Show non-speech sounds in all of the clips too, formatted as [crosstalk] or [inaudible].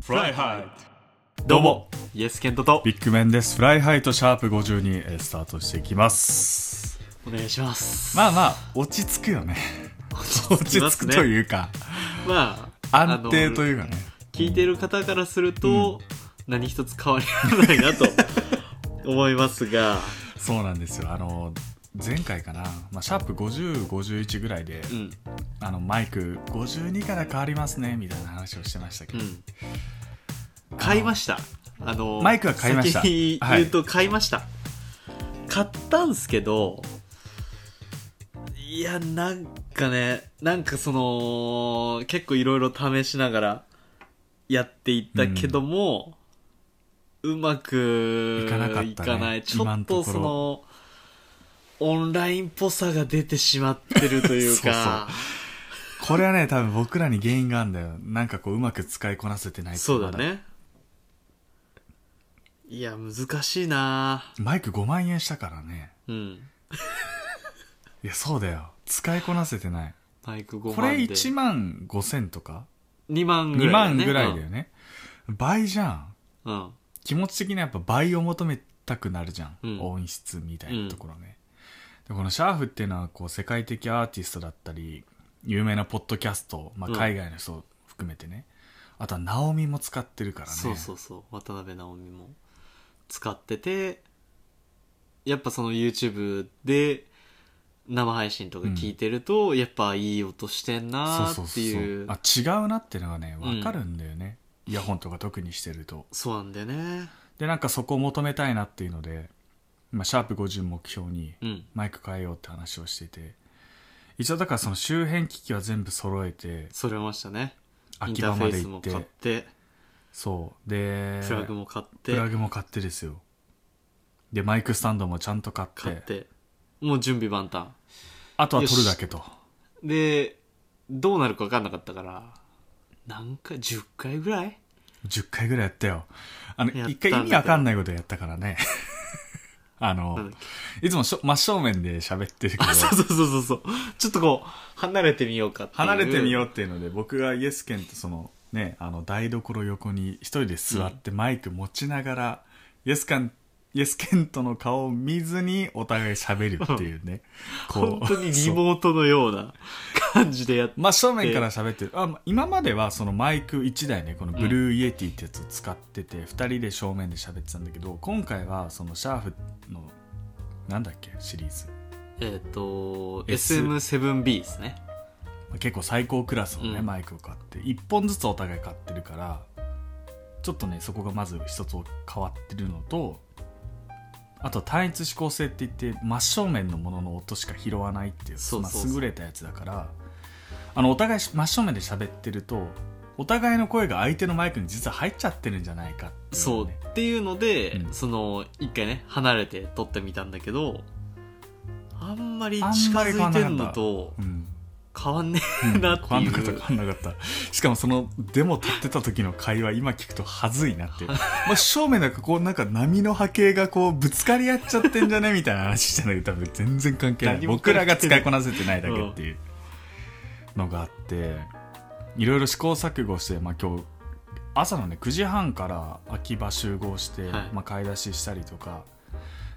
フライハイどうもイエスケントとビッグメンです。フライハイとシャープ52、えースタートしていきます。お願いしますまあまあ、落ち着くよ [laughs] ね。落ち着くとういうか、まあ安定というかあのね。聞いてる方からすると、何一つ変わりはないなと思いますがそうなんですよ。あの、前回かな、まあ、シャープ50、51ぐらいで、うんあの、マイク52から変わりますね、みたいな話をしてましたけうど。ん買いましたあのマイクは買いました先に言うと買いました、買ったんすけどいやなんかねなんかその結構いろいろ試しながらやっていったけども、うまくいかなかったねいかないちょ今っのとところそのオンラインっぽさが出てしまってる [laughs] というかこれはね、多分僕らに原因があるんだよ。なんかこう、うまく使いこなせてないっていそうだまね。いや、難しいなマイク5万円したからね。うん。いや、そうだよ。使いこなせてない。マイク5万これで。 1万5千とか2万ぐ2らい、万ね。ぐらいだよね。倍じゃん。うん。うん。気持ち的にはやっぱ倍を求めたくなるじゃん。うん音質みたいなところね。でこのシャーフっていうのはこう世界的アーティストだったり、有名なポッドキャスト、まあ、うん海外の人を含めてね。あとはナオミも使ってるからね。そうそうそう。渡辺直美も使ってて、やっぱその YouTube で生配信とか聞いてると、やっぱいい音してんなそうーっそてうそういう。あ違うなってのがね分かるんだよね、イヤホンとか特にしてるとそうなんだよね。でなんかそこを求めたいなっていうので、まあ、シャープ50目標にうん。マイク変えようって話をしていて一応だからその周辺機器は全部揃えてそれましたね。イン秋ター葉フまェでース行もって買って、そうでプラグも買って、プラグも買ってですよでマイクスタンドもちゃんと買って買って、もう準備万端。あとは取るだけとで、どうなるか分かんなかったから、何回、10回ぐらい10回ぐらいやったよあのやったんだ一け回ど意味わかんないことやったからね [laughs] あのなんだっけ [laughs] いつもしょ真正面で喋ってるけどあ、そうそうそうそうそう。ちょっとこう、離れてみようかっていう。離れてみようう。っていうので僕がイエスケンとそのねあの台所横に一人で座ってマイク持ちながら、イエスカンイエスケンとの顔を見ずにお互い喋るっていう [laughs] ね本当にリそうモートのような感じでやっ [laughs] 真正面から喋ってるあま今まではそのマイク1台ねこのブルーイエティってやつを使ってて、2人で正面で喋ってたんだけど今回はそのシャーフのなんだっけシリーズえっ、と、 S SM7B ですね。結構最高クラスのね、うんマイクを買って1本ずつお互い買ってるからちょっとねそこがまず一つ変わってるのとあと単一指向性っていって真正面のものの音しか拾わないっていうそうそうそうまあ、優れたやつだからあのお互いし真正面で喋ってるとお互いの声が相手のマイクに実は入っちゃってるんじゃないかっていうそう。のっねていうので、うんその、一回ね、離れて撮ってみたんだけど、あんまり近あんまり変づわいんてなかるったのとうん変わんねえなって変わんいなかった変う。わんなかったしかもそのデモ撮ってた時の会話今聞くとはずいなっていうまあ正面なんかこうなんか波の波形がこうぶつかり合っちゃってんじゃねみたいな話してたんだけど多分全然関係な何いも関係僕ないらが使いこなせてないだけっていうのがあっていろいろ試行錯誤して、まあ、今日朝のね9時半から秋葉集合して、はいまあ、買い出ししたりとか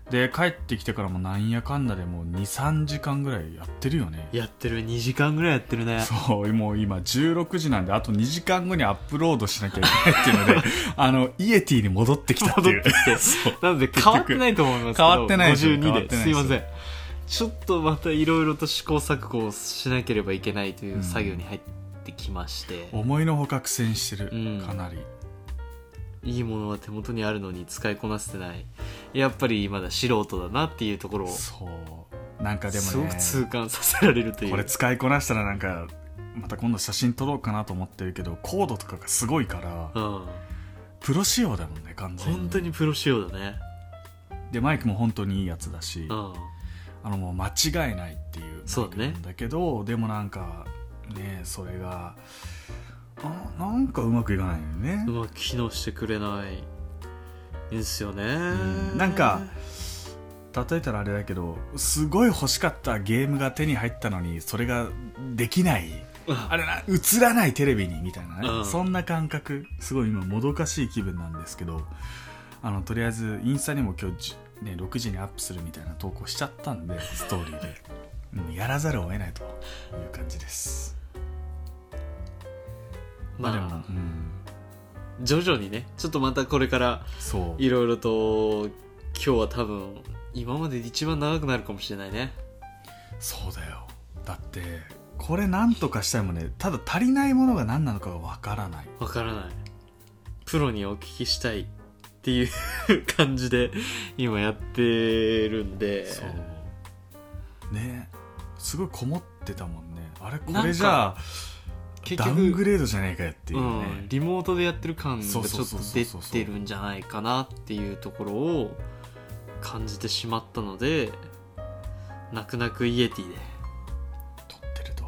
で帰ってきてからもなんやかんだでもう23時間ぐらいやってるよねやってる、2時間ぐらいやってるね。そう、もう今16時なんで、あと2時間後にアップロードしなきゃいけないっていう [laughs] ので、あの、イエティに戻ってきたっていう。戻ってきてそう。なので変わってないと思いますけど変わってないですよ変わ52っでてないですすいよませんちょっとまたいろいろと試行錯誤をしなければいけないという作業に入ってきまして、思いのほか苦戦してる、うんかなり。いいものは手元にあるのに使いこなせてないやっぱりまだ素人だなっていうところをそう。なんかですもごねく、痛感させられるというこれ使いこなしたらなんか、また今度写真撮ろうかなと思ってるけど、コードとかがすごいから、うんプロ仕様だもんね、完全に。本当にプロ仕様だねで、マイクも本当にいいやつだし、うんあのもう間違いないっていうそうだねなんだけどでもなんかねそれがあなんかうまくいかないよねう、まく機能してくれないんですよね、んなんか例えたらあれだけどすごい欲しかったゲームが手に入ったのにそれができないあれな映らないテレビにみたいなね、うんそんな感覚すごい今もどかしい気分なんですけどあのとりあえずインスタにも今日じ、ね、6時にアップするみたいな投稿しちゃったんでストーリーで、うん、やらざるを得ないという感じですまあでも、まあうん、徐々にねちょっとまたこれからそういろいろと今日は多分今までで一番長くなるかもしれないねそうだよだってこれなんとかしたいもんねただ足りないものが何なのかがわからないわからないプロにお聞きしたいっていう感じで今やってるんでそうねすごいこもってたもんねあれこれじゃあ結ダウング局レードじゃねえかよっていううね、ん、リモートでやってる感がちょそうっそうとそうそう出そうてるんじゃないかなっていうところを感じてしまったので泣く泣くイエティで撮ってると、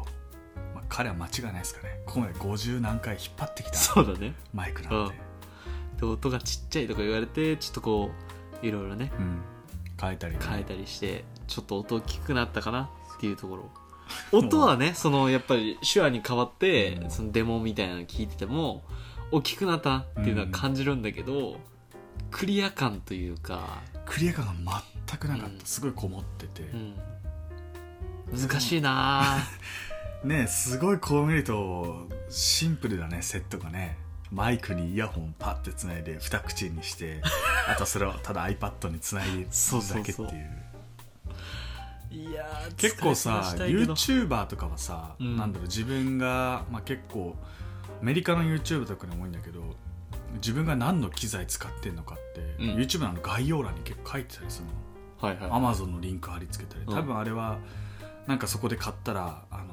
まあ、彼は間違いないですかねここまで50何回引っ張ってきたそうだねマイクなんて、で音がちっちゃいとか言われてちょっとこういろいろねうん変えたりね、変えたりしてちょっと音大きくなったかなっていうと [laughs] ころ音はねそのやっぱり手話に変わって、うんそのデモみたいなの聞いてても大きくなったなっていうのは感じるんだけど、クリア感というか、クリア感が全くなかった、うんすごいこもってて、うん、難しいなねすごいこう見るとシンプルだねセットがねマイクにイヤホンパッてつないで二口にして [laughs] あとそれをただ iPad につないでそそううそだうけっていそうう [laughs] いやー結構さ疲れてましたけ YouTuber とかはさ、うんなんだろう自分が、まあ、結構アメリカの YouTube とかでも多いんだけど自分が何の機材使ってんのかって、うん YouTube の概要欄に結構書いてたりするのどはいはい Amazon のリンク貼り付けたりうん多分あれはなんかそこで買ったらあの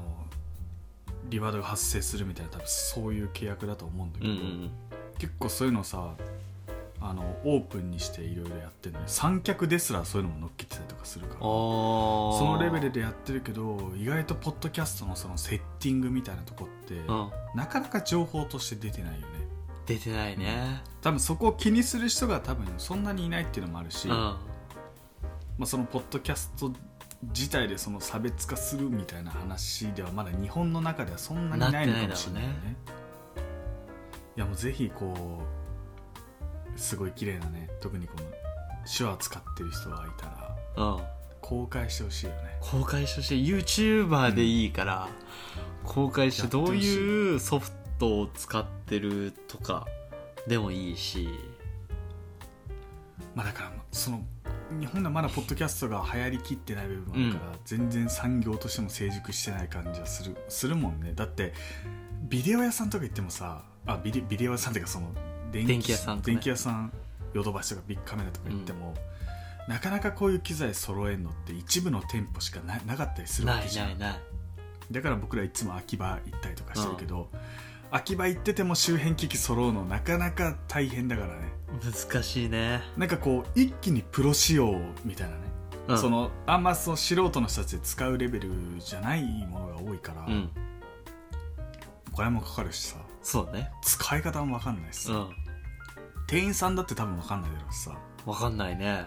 リワードが発生するみたいな多分そういう契約だと思うんだけうんど、うんうん結構そういうのさあのオープンにしていろいろやってるのに三脚ですらそういうのも乗っけてたりとかするからあーそのレベルでやってるけど意外とポッドキャストのそのセッティングみたいなとこって、うんなかなか情報として出てないよね出てないね多分そこを気にする人が多分そんなにいないっていうのもあるし、うん、まあ、そのポッドキャスト自体でその差別化するみたいな話ではまだ日本の中ではそんなにないのかもしれないよねなってないだろうねいやもうぜひこうすごい綺麗なね特にこの手話使ってる人がいたらうん公開してほしいよね公開してほしい YouTuber でいいから、公開してやってどほしういいうソフトを使ってるとかでもいいしまあだからその日本ではまだポッドキャストが流行りきってない部分もあるから、全然産業としても成熟してない感じはするするもんねだってビデオ屋さんとか行ってもさあビデビデオ屋さんっていうかその電電気屋さんとかね電気屋さんヨドバシとかビッグカメラとか行っても、なかなかこういう機材揃えるのって一部の店舗しかななかったりするわなけいじゃんないないだから僕らいつも秋葉行ったりとかしてるけど、秋葉行ってても周辺機器揃うのなかなか大変だからね難しいね、なんかこう一気にプロ仕様みたいなね、うん、そのあんまその素人の人たちで使うレベルじゃないものが多いから、うんお金もかかるしさそうだね使い方も分かんないしさ、うん店員さんだって多分分かんないだろうしさ、わかんないね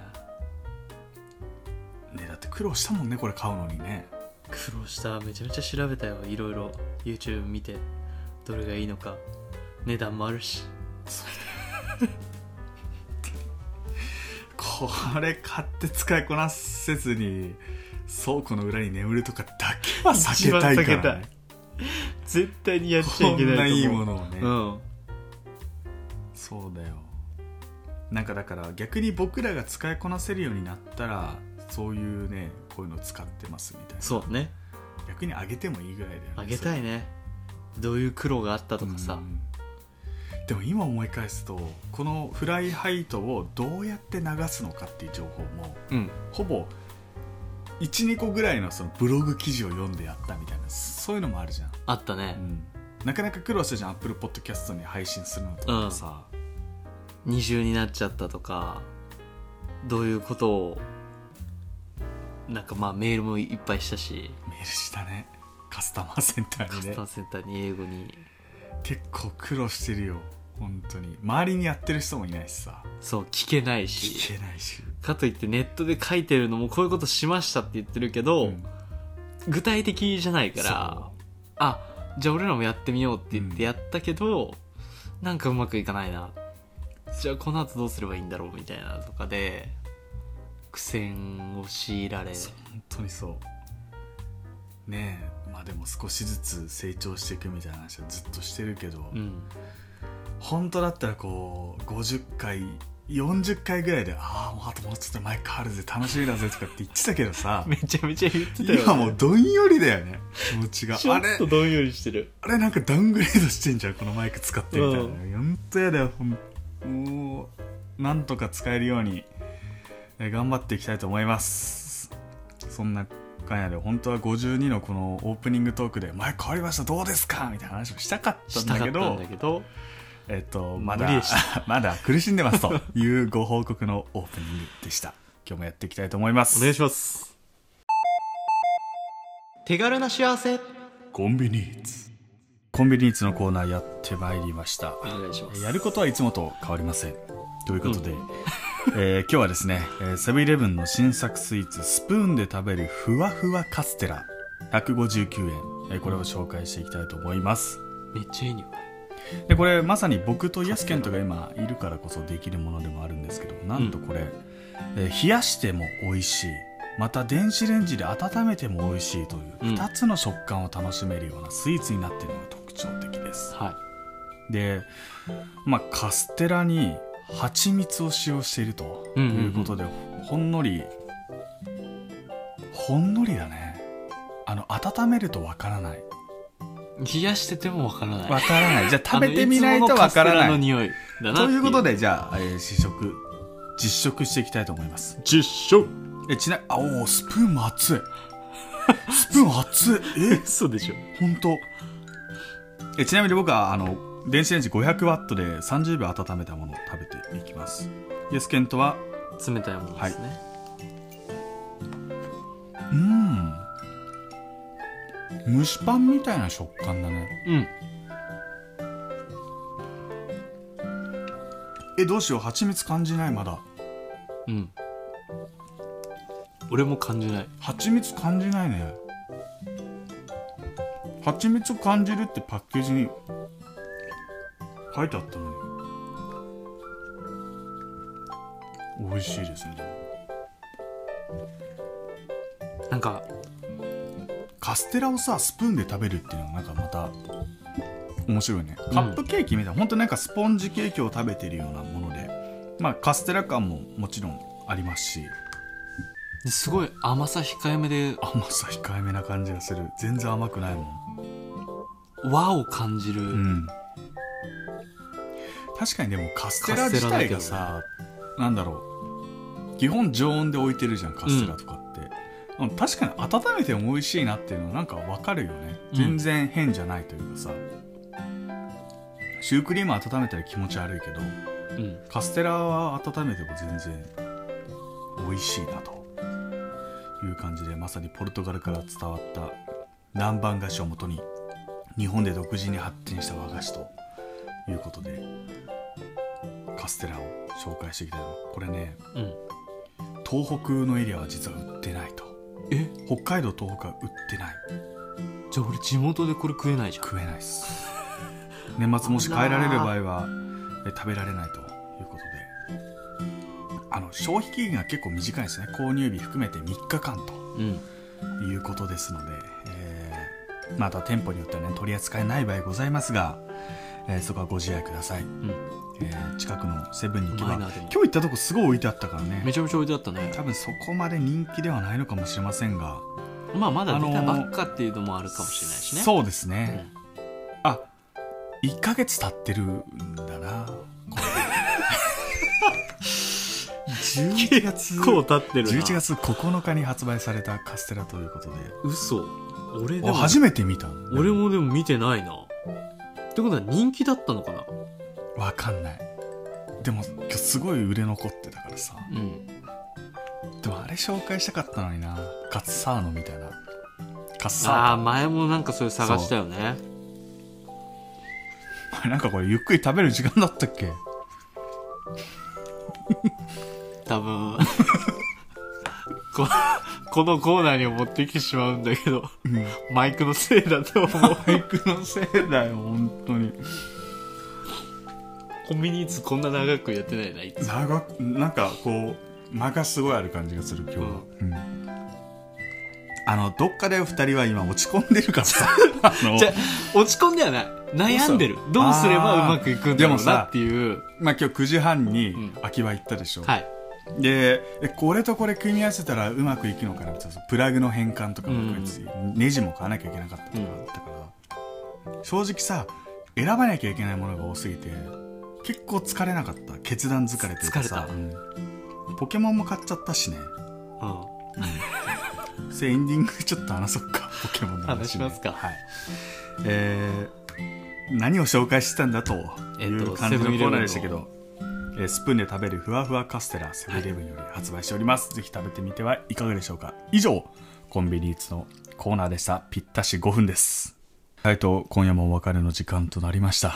ね、だって苦労したもんねこれ買うのにね苦労しためちゃめちゃ調べたよいろいろ YouTube 見てどれがいいのか値段もあるしこれ買って使いこなせずに倉庫の裏に眠るとかだけは避けたい一から、番避ねけ、絶対にやっちゃいこけんなないいいと思もうのをね、うんそうだよなんかだから逆に僕らが使いこなせるようになったらそういうねこういうの使ってますみたいなそうね逆にあげてもいいぐらいだよねあげたいねどういう苦労があったとかさ、うんでも今思い返すとこのフライハイトをどうやって流すのかっていう情報もうん、ほぼ12個ぐらいのそのブログ記事を読んでやったみたいなそういうのもあるじゃんあったね、なかなか苦労したじゃんアップルポッドキャストに配信するのとかさ、二重になっちゃったとかどういうことをなんかまあメールもいっぱいしたし、メールしたねカスタマーセンタカースにタねマーセンターに英語に結構苦労してるよ本当に周りにやってる人もいないしさそう聞けない聞しけないし、かといってネットで書いてるのもこういうことしましたって言ってるけど、うん具体的じゃないかそらあじゃあ俺らもやってみようって言っうんてやったけど、なんかうまくいかないなじゃあこの後どうすればいいんだろうみたいなとかで苦戦を強いられそう本当にそうねえまあでも少しずつ成長していくみたいな話はずっとしてるけど、うん本当だったらこう50回40回ぐらいで「ああもうあともうちょっとマイクあるぜ楽しみだぜ」とかって言ってたけどさめちゃめちゃ [laughs] 言ってたよ、ね、今もうどんよりだよね気持ちがちょあっれとどんよりしてるあれなんかダウングレードしてんじゃんこのマイク使ってみたいな、うほんとやだよほんもうなんとか使えるようにえー頑張っていきたいと思いますそんなかんやで本当は52のこのオープニングトークで「前変わりましたどうですか?」みたいな話もしたかったしんただかけったんどだけどえっとま無理だでし [laughs] まだ苦しんでますというご報告のオープニングでした今日もやっていきたいと思いますお願いします手軽な幸せコンビニーツコンビニーツのコーナーやってまいりましたお願いしまやることはいつもと変わりません。ということで、 [laughs] えー今日はですね、えーセブンイレブンの新作スイーツ、スプーンで食べるふわふわカステラ、159円、えーこれを紹介していきたいと思います。めっちゃいい匂いで、これまさに僕とイエスケントが今いるからこそできるものでもあるんですけど、なんとこれ、えー冷やしても美味しい。また電子レンジで温めても美味しいといううん2つの食感を楽しめるようなスイーツになっているのが特徴的です。はで、まあ、カステラに蜂蜜を使用しているとうんうんうんいうことで、ほんのりほんのりだねあの温めるとわからないい冷やしててもわからないわからないじゃあ食べてみないとわからあないのいつものカステラの匂いだなということででじゃあ、えー試食実食していきたいと思います実食えちなあおースプーンも熱いスプーン熱い [laughs] え嘘でしょ本当えちなみに僕はあの電子レンジ500ワットで30秒温めたものを食べていきますイエスケントは冷たいものですね、うん蒸しパンみたいな食感だねうんえどうしよう蜂蜜感じないまだうん俺も感じない蜂蜜感じないね蜂蜜を感じるってパッケージに書いてあったのに美味しいですねでもなんかカステラをさスプーンで食べるっていうのがなんかまた面白いねカップケーキみたいな、本当なんかスポンジケーキを食べてるようなものでまあカステラ感ももちろんありますしすごい甘さ控えめで甘さ控えめな感じがする全然甘くないもん和を感じる、うん確かにでもカステラカステ自ラだけ体どがさなんだろう基本常温で置いてるじゃんカステラとかって、うん確かに温めても美味しいなっていうのはなんかわかるよねうん全然変じゃないというかさ、シュークリーム温めたら気持ち悪いけどうんカステラは温めても全然美味しいなという感じでまさにポルトガルから伝わった南蛮菓子をもとに日本で独自に発展した和菓子ということでカステラを紹介していきたいなこれねうん東北のエリアは実は売ってないとえ北海道東北は売ってないじゃあ俺地元でこれ食えないじゃん食えないです年末もし帰られる場合はえ食べられないということであの消費期限が結構短いですね購入日含めて3日間とうんいうことですので、えーまた店舗によってはね取り扱いない場合ございますが、えーそこはご自愛ください、うんえー近くのセブンに行けばうま今いなでも日行ったとこすごい置いてあったからねめちゃめちゃ置いてあったね多分そこまで人気ではないのかもしれませんがまあまだ出たあのばーっかっていうのもあるかもしれないしねそうですうね、んあ1ヶ月経ってるんだ [laughs] なこれ11月結構経ってるな11月9日に発売されたカステラということで嘘俺おでも初めて見た俺もでも見てないなってことは人気だったのかなわかんないでも今日すごい売れ残ってたからさうんでもあれ紹介したかったのになカッサーノみたいなカッああサ前もなんかそれ探したよねーノ [laughs] お前なんかこれゆっくり食べる時間だったっけ [laughs] 多分ここのコーナーに持ってきてしまうんだけど、うんマイクのせいだと思う。マイクのせいだよ本当にコンビニいつこんな長くやってないな、いつ。長くなんかこう間がすごいある感じがする今日は、うんあのどっかで2人は今落ち込んでるから [laughs] さあのじゃ落ち込んではない。悩んでる。どうすればうまくいくんだろうなっていう。まあ、今日9時半にん秋葉行ったでしょ、はい。でえこれとこれ組み合わせたらうまくいくのかなみたいなプラグの変換とかも含めて、ネジも買わなきゃいけなかったとかあったから、正直さ選ばなきゃいけないものが多すぎて結構疲れなかった決断疲れというかさ疲れうんポケモンも買っちゃったしねうん。それエンディングちょっと話そう [laughs] かポケモンの話、ね、話しますかはいえー何を紹介してたんだといえっとう感じのコーナーでしたけセど、えースプーンで食べるふわふわカステラセブンイレブンより発売しております、ぜひ食べてみてはいかがでしょうか以上コンビニーツのコーナーでしたぴったし5分ですはいと今夜もお別れの時間となりました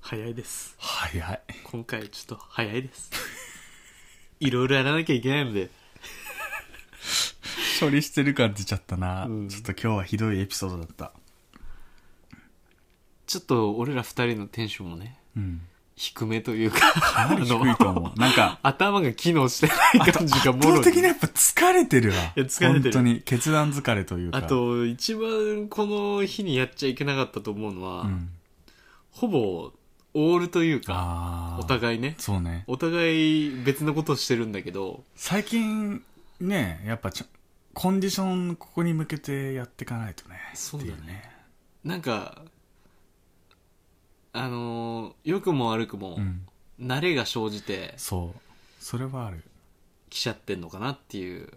早いです。早い今回ちょっと早いです。 [laughs] いろいろやらなきゃいけないので。処理してる感じちゃったな、うんちょっと今日はひどいエピソードだったちょっと俺ら二人のテンションもね、うん低めというか、かなり低いと思うなんか頭が機能してない感じが圧もろ倒に的にやっぱ疲れてるわ。や疲れて本る当に決断疲れというか。あ、と、一番この日にやっちゃいけなかったと思うのは、うん、ほぼ、オールというか、ああ。お互いね。そうね。お互い別のことをしてるんだけど、最近、ね、やっぱちょ、コンディションここに向けてやっていかないとね。そうだねっていね。なんか、あのー良くも悪くもう、ん。慣れが生じてそう。それはある。きちゃってんのかなっていう、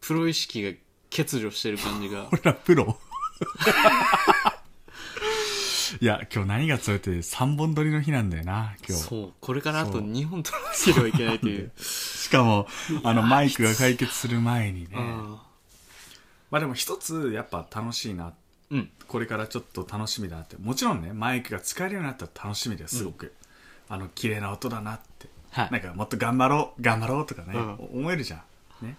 プロ意識が欠如してる感じが、 [laughs] 俺らプロ。いや、今日何が強いって3本撮りの日なんだよな、今日。そう、これからあそとう2本取らなければいけないという。しかも、あの、マイクが解決する前にね。うんまあでも一つ、やっぱ楽しいなうん。これからちょっと楽しみだなってもちろんねマイクが使えるようになったら楽しみですすごく、あの綺麗な音だなってはいなん。かもっと頑張ろう頑張ろうとかね、うん思えるじゃんね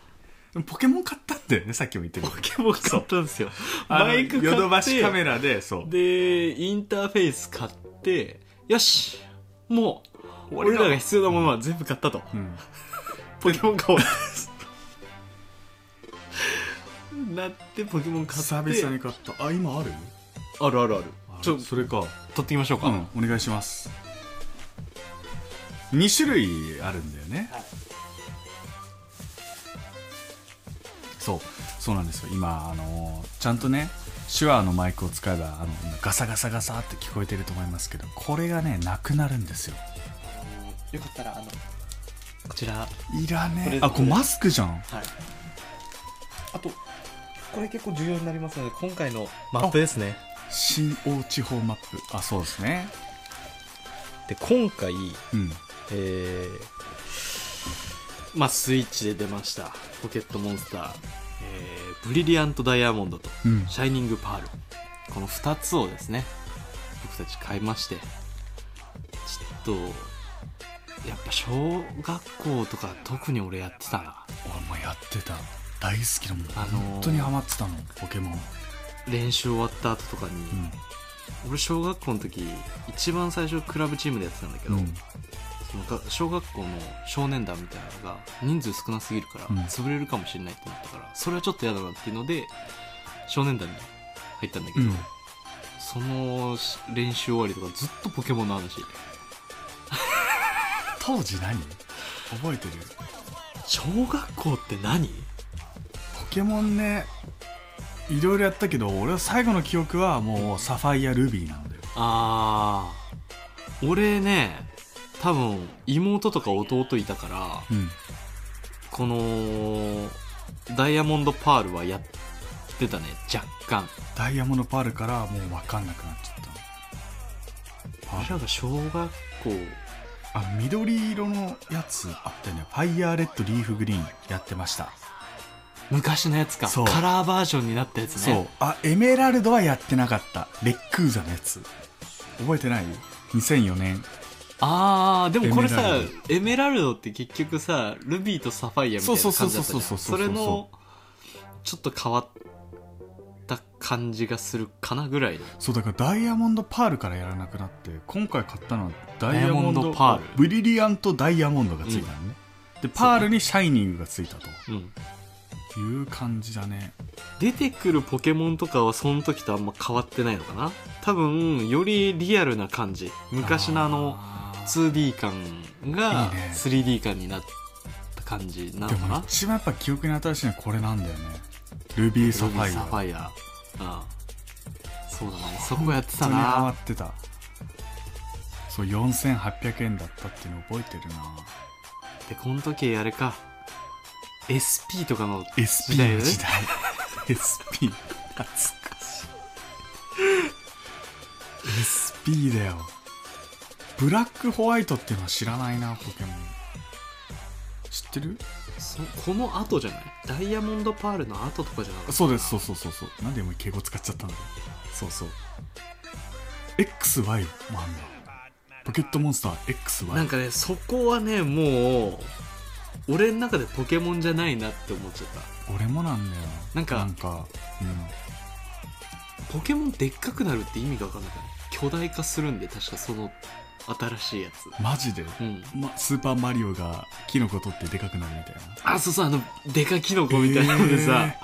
でもポケモン買ったんだよねさっきも言ってるポケモン買ったんですよ。あのマイク買って、ヨドバシカメラでそうで、インターフェース買って、よしもう、俺俺ららが必要なものは全部買ったと。うん、ポケモン買おう。 [laughs] なって、ポケモン買って。久々に買ったあ今あるあるあるある。ちょ、それか取ってきましょうか。うんお願いします2種類あるんだよね、そうそうなんですよ今あのちゃんとね手話のマイクを使えばあのガサガサガサって聞こえてると思いますけどこれがねなくなるんですよよかったら、あの、こちら、はい。いらこねれえあこれマスクじゃんあと、これ結構重要になりますので、今回のマップですね。新大地方マップあそうですねで、今回、うんえー、まあスイッチで出ましたポケットモンスター、えーブリリアントダイヤモンドとうんシャイニングパールこの2つをですね僕たち買いましてちょっとやっぱ小学校とか特に俺やってたな俺もやってた大好きだもん、あのー本当にハマってたのポケモン、練習終わった後とかに、俺小学校の時一番最初クラブチームでやってたんだけうど、んうんそのが小学校の少年団みたいなのが人数少なすぎるからうん潰れるかもしれないってなったから、それはちょっと嫌だなっていうので少年団に入ったんだけど、うんその練習終わりとかずっとポケモンの話当時何覚えてる小学校って何ポケモンねいろいろやったけど俺は最後の記憶はもうサファイアルビーなんだよあー俺ね多分妹とか弟いたからうんこのダイヤモンドパールはやってたね若干ダイヤモンドパールからもう分かんなくなっちゃったの俺らが小学校ああ緑色のやつあったよねファイヤーレッドリーフグリーンやってました、昔のやつかそうカラーバージョンになったやつそうねあエメラルドはやってなかったレックーザのやつ覚えてない2004年ああでもこれさエメラルエメラルドって結局さルビーとサファイアみたいな感じだったじゃんそうそうそうそうそうそうそうれのちょっと変わった感じがするかなぐらいのそうだからダイヤモンドパールからやらなくなって今回買ったのはダイヤモンダイヤモンドドパールブリリアントダイヤモンドがついたのね、でパールにシャイニングがついたとうんいう感じだね出てくるポケモンとかはその時とあんま変わってないのかな多分よりリアルな感じ昔のあのあー 2D 感いがいね 3D 感になった感じなのでもかな一番やっぱ記憶に新しいのはこれなんだよねルビーサファイアサファイアああそうだねそこやってた本当にハマなってたそう4800円だったっていうの覚えてるなでこの時あれか SP とかの SP 時代 [laughs] のね時代 SP 懐か [laughs] しい SP だよブラックホワイトっていうのは知らないなポケモン知ってるそこの後じゃないダイヤモンドパールの後とかじゃなかったそうですそうそうそうそうなんで今敬語使っちゃったんだろうそうそう XY もあんだポケットモンスター XY なんかねそこはねもう俺の中でポケモンじゃないなって思っちゃった俺もなんだよなんかなんか、うん、ポケモンでっかくなるって意味が分かんなくない巨大化するんで確かその新しいやつマジで、うんま、スーパーマリオがキノコ取ってでかくなるみたいなあそうそうあのでかキノコみたいなのでさ、え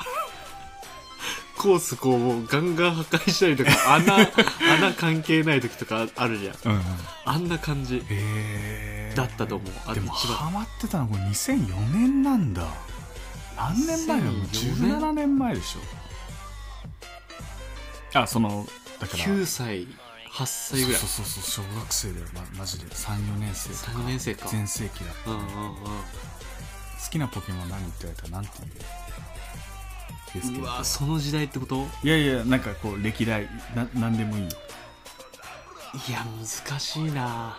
コースこうガンガン破壊したりと [laughs] か穴穴関係ない時とかあるじゃんーうんうんあんな感じえーだったと思うあでも一番ハマってたのこれ2004年なんだ何年前だよもう2004年17年前でしょあそのだから9歳8歳ぐらいそうそうそうそう小学生だよ、ま、マジで34年生とか3年生か全盛期だうんうんうん好きなポケモン何って言われたら何て言うですけうどわその時代ってこといやいやなんかこう歴代な何でもいいよいや難しいな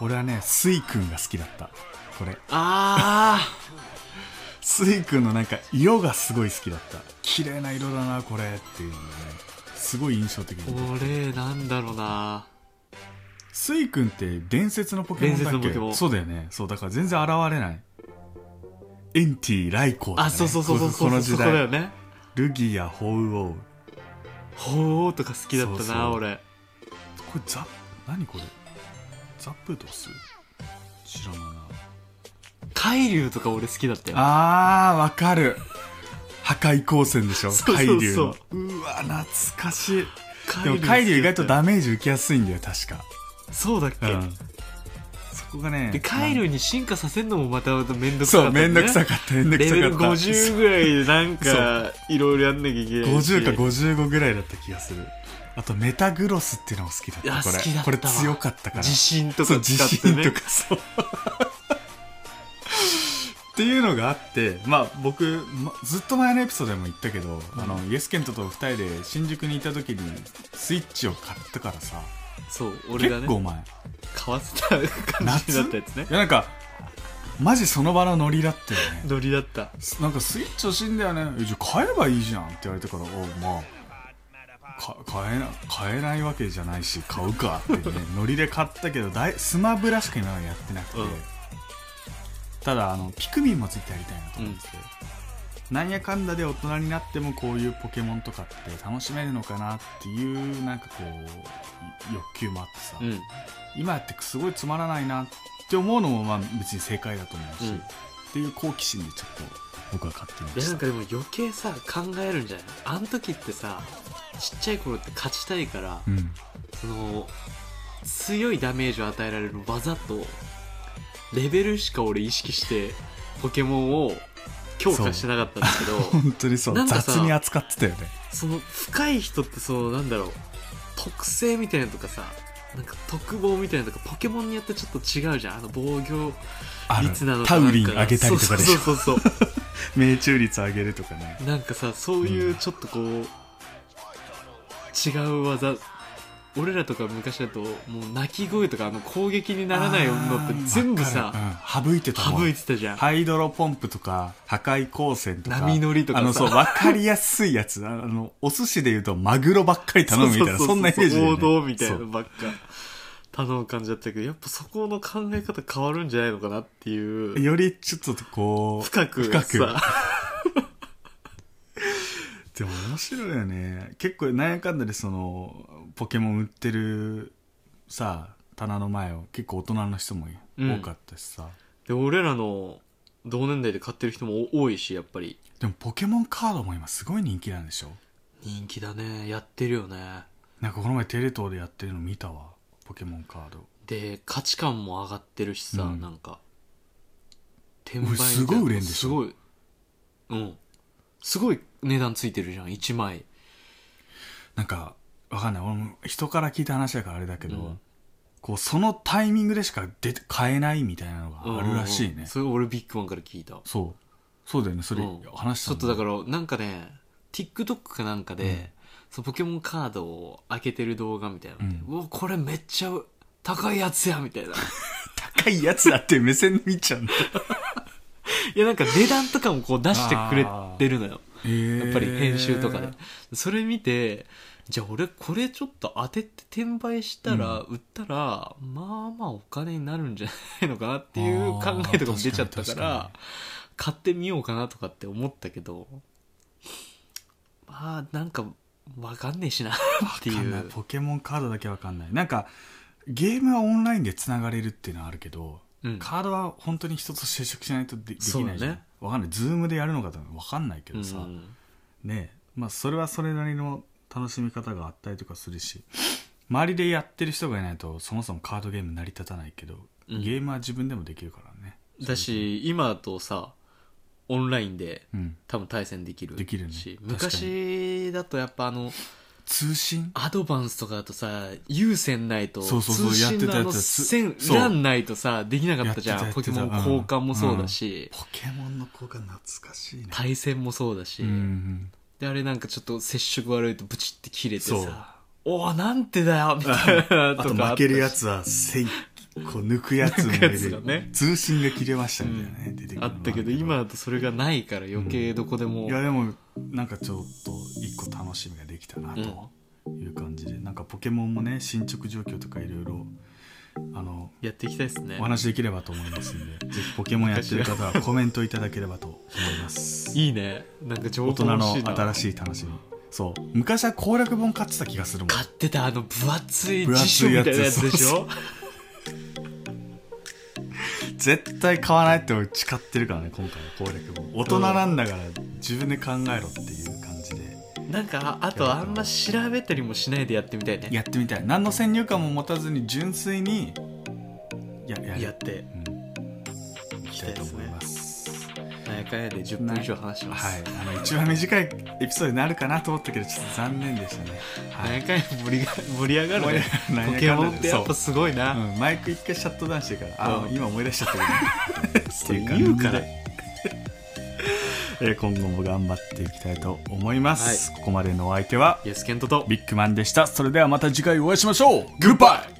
俺はねスイくんが好きだったこれあスイくんのなんか色がすごい好きだった綺麗な色だなこれっていうのがねすごい印象的ーに俺なんだろうなスイくんって伝説のポケモンだっけ伝説のポケモンそうだよねそうだから全然現れないエンティライコーだ、ね、あそうそうそうそうこそうこのそうそ時こだよ代ねルギアホウオウほうとか好きだったそうそうな俺これザ何これザプドス知らないな海竜とか俺好きだったよあー、わかる。破壊光線でしょそうそうそう海竜の。うわ、懐かしい。でも好きだったよ海竜意外とダメージ受けやすいんだよ、確か。そうだっけ、うん。そこがね。で海竜に進化させるのもまたまためんどくさそかう、った、ね、めんどくさかった、めんどくレさベかっルた。 50ぐらいでなんかいろいろやんなきゃいけないし50か55ぐらいだった気がする。あと、メタグロスっていうのも好きだっいやた、これ。好きだったわこれ強かったから。地震とそうか地使って震ねとかそう [laughs] っていうのがあってまあ僕、まずっと前のエピソードでも言ったけど、あのイエスケントと2人で新宿にいた時にスイッチを買ったからさ、そう俺が結ね構前い買わせた感じ [laughs] だったやつねやなんかマジその場のノリだったよねノリだったすなんかスイッチ欲しいんだよねえじゃあ買えばいいじゃんって言われたからおうまあか買えな買えないわけじゃないし買うかって [laughs] ねノリで買ったけどだいスマブラしか今までやってなくて、うんただあのピクミンもついてやりたいなと思ってて、なんやかんだで大人になってもこういうポケモンとかって楽しめるのかなっていうなんかこう欲求もあってさ、うん今やってすごいつまらないなって思うのもまあ別に正解だと思うし、うんっていう好奇心でちょっと僕は買ってみまいやしなんたかでも余計さ考えるんじゃないあの時ってさちっちゃい頃って勝ちたいから、うんその強いダメージを与えられる技とレベルしか俺意識してポケモンを強化してなかったんだけど本当にそうなんかさ雑に扱ってたよねその深い人ってそのなんだろう特性みたいなのとかさなんか特防みたいなのとかポケモンによってちょっと違うじゃんあの防御あの率なのタかなウんリンか上げたりとかでしょそうそうそうそ命中率上げるとかね [laughs] うなんかさそういうちょっとこう、違う技俺らとか昔だともう鳴き声とかあの攻撃にならないのって全部わかさるうん省いてたもん省いてたじゃんハイドロポンプとか破壊光線とか波乗りとかあさのそう分かりやすいやつあのお寿司でいうとマグロばっかり頼むみたいなうううそんなイメージだよね王道みたいなそのうばっか頼む感じだったけどやっぱそこの考え方変わるんじゃないのかなっていうよりちょっとこう深く深さくでも面白いよね結構なんやかんだでそのポケモン売ってるさ棚の前を結構大人の人も多かったしさ、で俺らの同年代で買ってる人も多いしやっぱりでもポケモンカードも今すごい人気なんでしょ人気だねやってるよねなんかこの前テレ東でやってるの見たわポケモンカードで価値観も上がってるしさ、うんなんか転俺すごい売れんでしょすごいうんすごい値段ついてるじゃん1枚なんかわかんない俺も人から聞いた話だからあれだけど、うんこうそのタイミングでしか出て買えないみたいなのがあるらしいね、うんうんうんそれ俺ビッグマンから聞いたそうそうだよねそれうん話しちたょっとだかららなんかね TikTok かなんかで、うんそのポケモンカードを開けてる動画みたいなので、ううわこれめっちゃ高いやつやみたいな高いやつだって目線で見ちゃうんだいやなんか値段とかもこう出してくれてるのよややっぱり編集とかで、それ見てじゃあ俺これちょっと当てて転売したら、売ったらまあまあお金になるんじゃないのかなっていうあー考えとかも出ちゃったか確かにら確か買ってみようかなとかって思ったけどまあなんかわかんねえしなってわかいんないうポケモンカードだけわかんないなんかゲームはオンラインでつながれるっていうのはあるけど、うんカードは本当に人と接触しないとでできないそじゃ、うんだねわかんないズームでやるのかとかわかんないけうどさ、んねえまあそれはそれなりの楽しみ方があったりとかするし周りでやってる人がいないとそもそもカードゲーム成り立たないけど、うんゲームは自分でもできるからねだし今だとさオンラインでうん多分対戦できるしできるね確か昔だとやっぱあの通信アドバンスとかだとさ、有線ないと、そうそうそう通信のあやってたやのつつ線、そう LAN ないとさ、できなかったじやっゃてん。たポケモンやってた交換もそうだし、ポケモンの効果懐かしいね対戦もそうだし、うんうんで、あれなんかちょっと接触悪いとブチって切れてそうさ、おおなんてだよみたいなあかとったし負けるやつは線こう抜くやつもい抜くやつるが、ね通信が切れましたみたいなね、出てくるのあはったけど、今だとそれがないから余計どこでも、いやでもなんかちょっと一個楽しみができたなという感じで、なんかポケモンもね進捗状況とかいろいろあのやっていきたいですねお。話できればと思いますんでぜひポケモンやってる方はコメントいただければと思い [laughs] ますいいね。なんか情大報人欲のしいな。新しい楽しみそう昔は攻略本買ってた気がするもん買ってたあの分厚い分辞厚書いみやつたいなやつでしそうょ絶対買わないって俺誓ってるからね今回の攻略本大人なんだから自分で考えろっていう感じでなんか、あとあんま調べたりもしないでやってみたいね。やってみたい何の先入観も持たずに純粋にややるやって。うん、いきたいと思います。なんやかんやで10分以上話してます。はい、あの一番短いエピソードになるかなと思ったけど、ちょっと残念でしたね。はなんいやかんや盛りが盛り上がるね。盛り上がるポケモンってやっぱすごいな。うん、マイク一回シャットダウンしてから、あ、うん今思い出しちゃった [laughs] けど。っていう感じで [laughs] 言うから。えー今後も頑張っていきたいと思います。ここまでのお相手はイエスケントとビッグマンでした。それではまた次回お会いしましょう。グッバイ。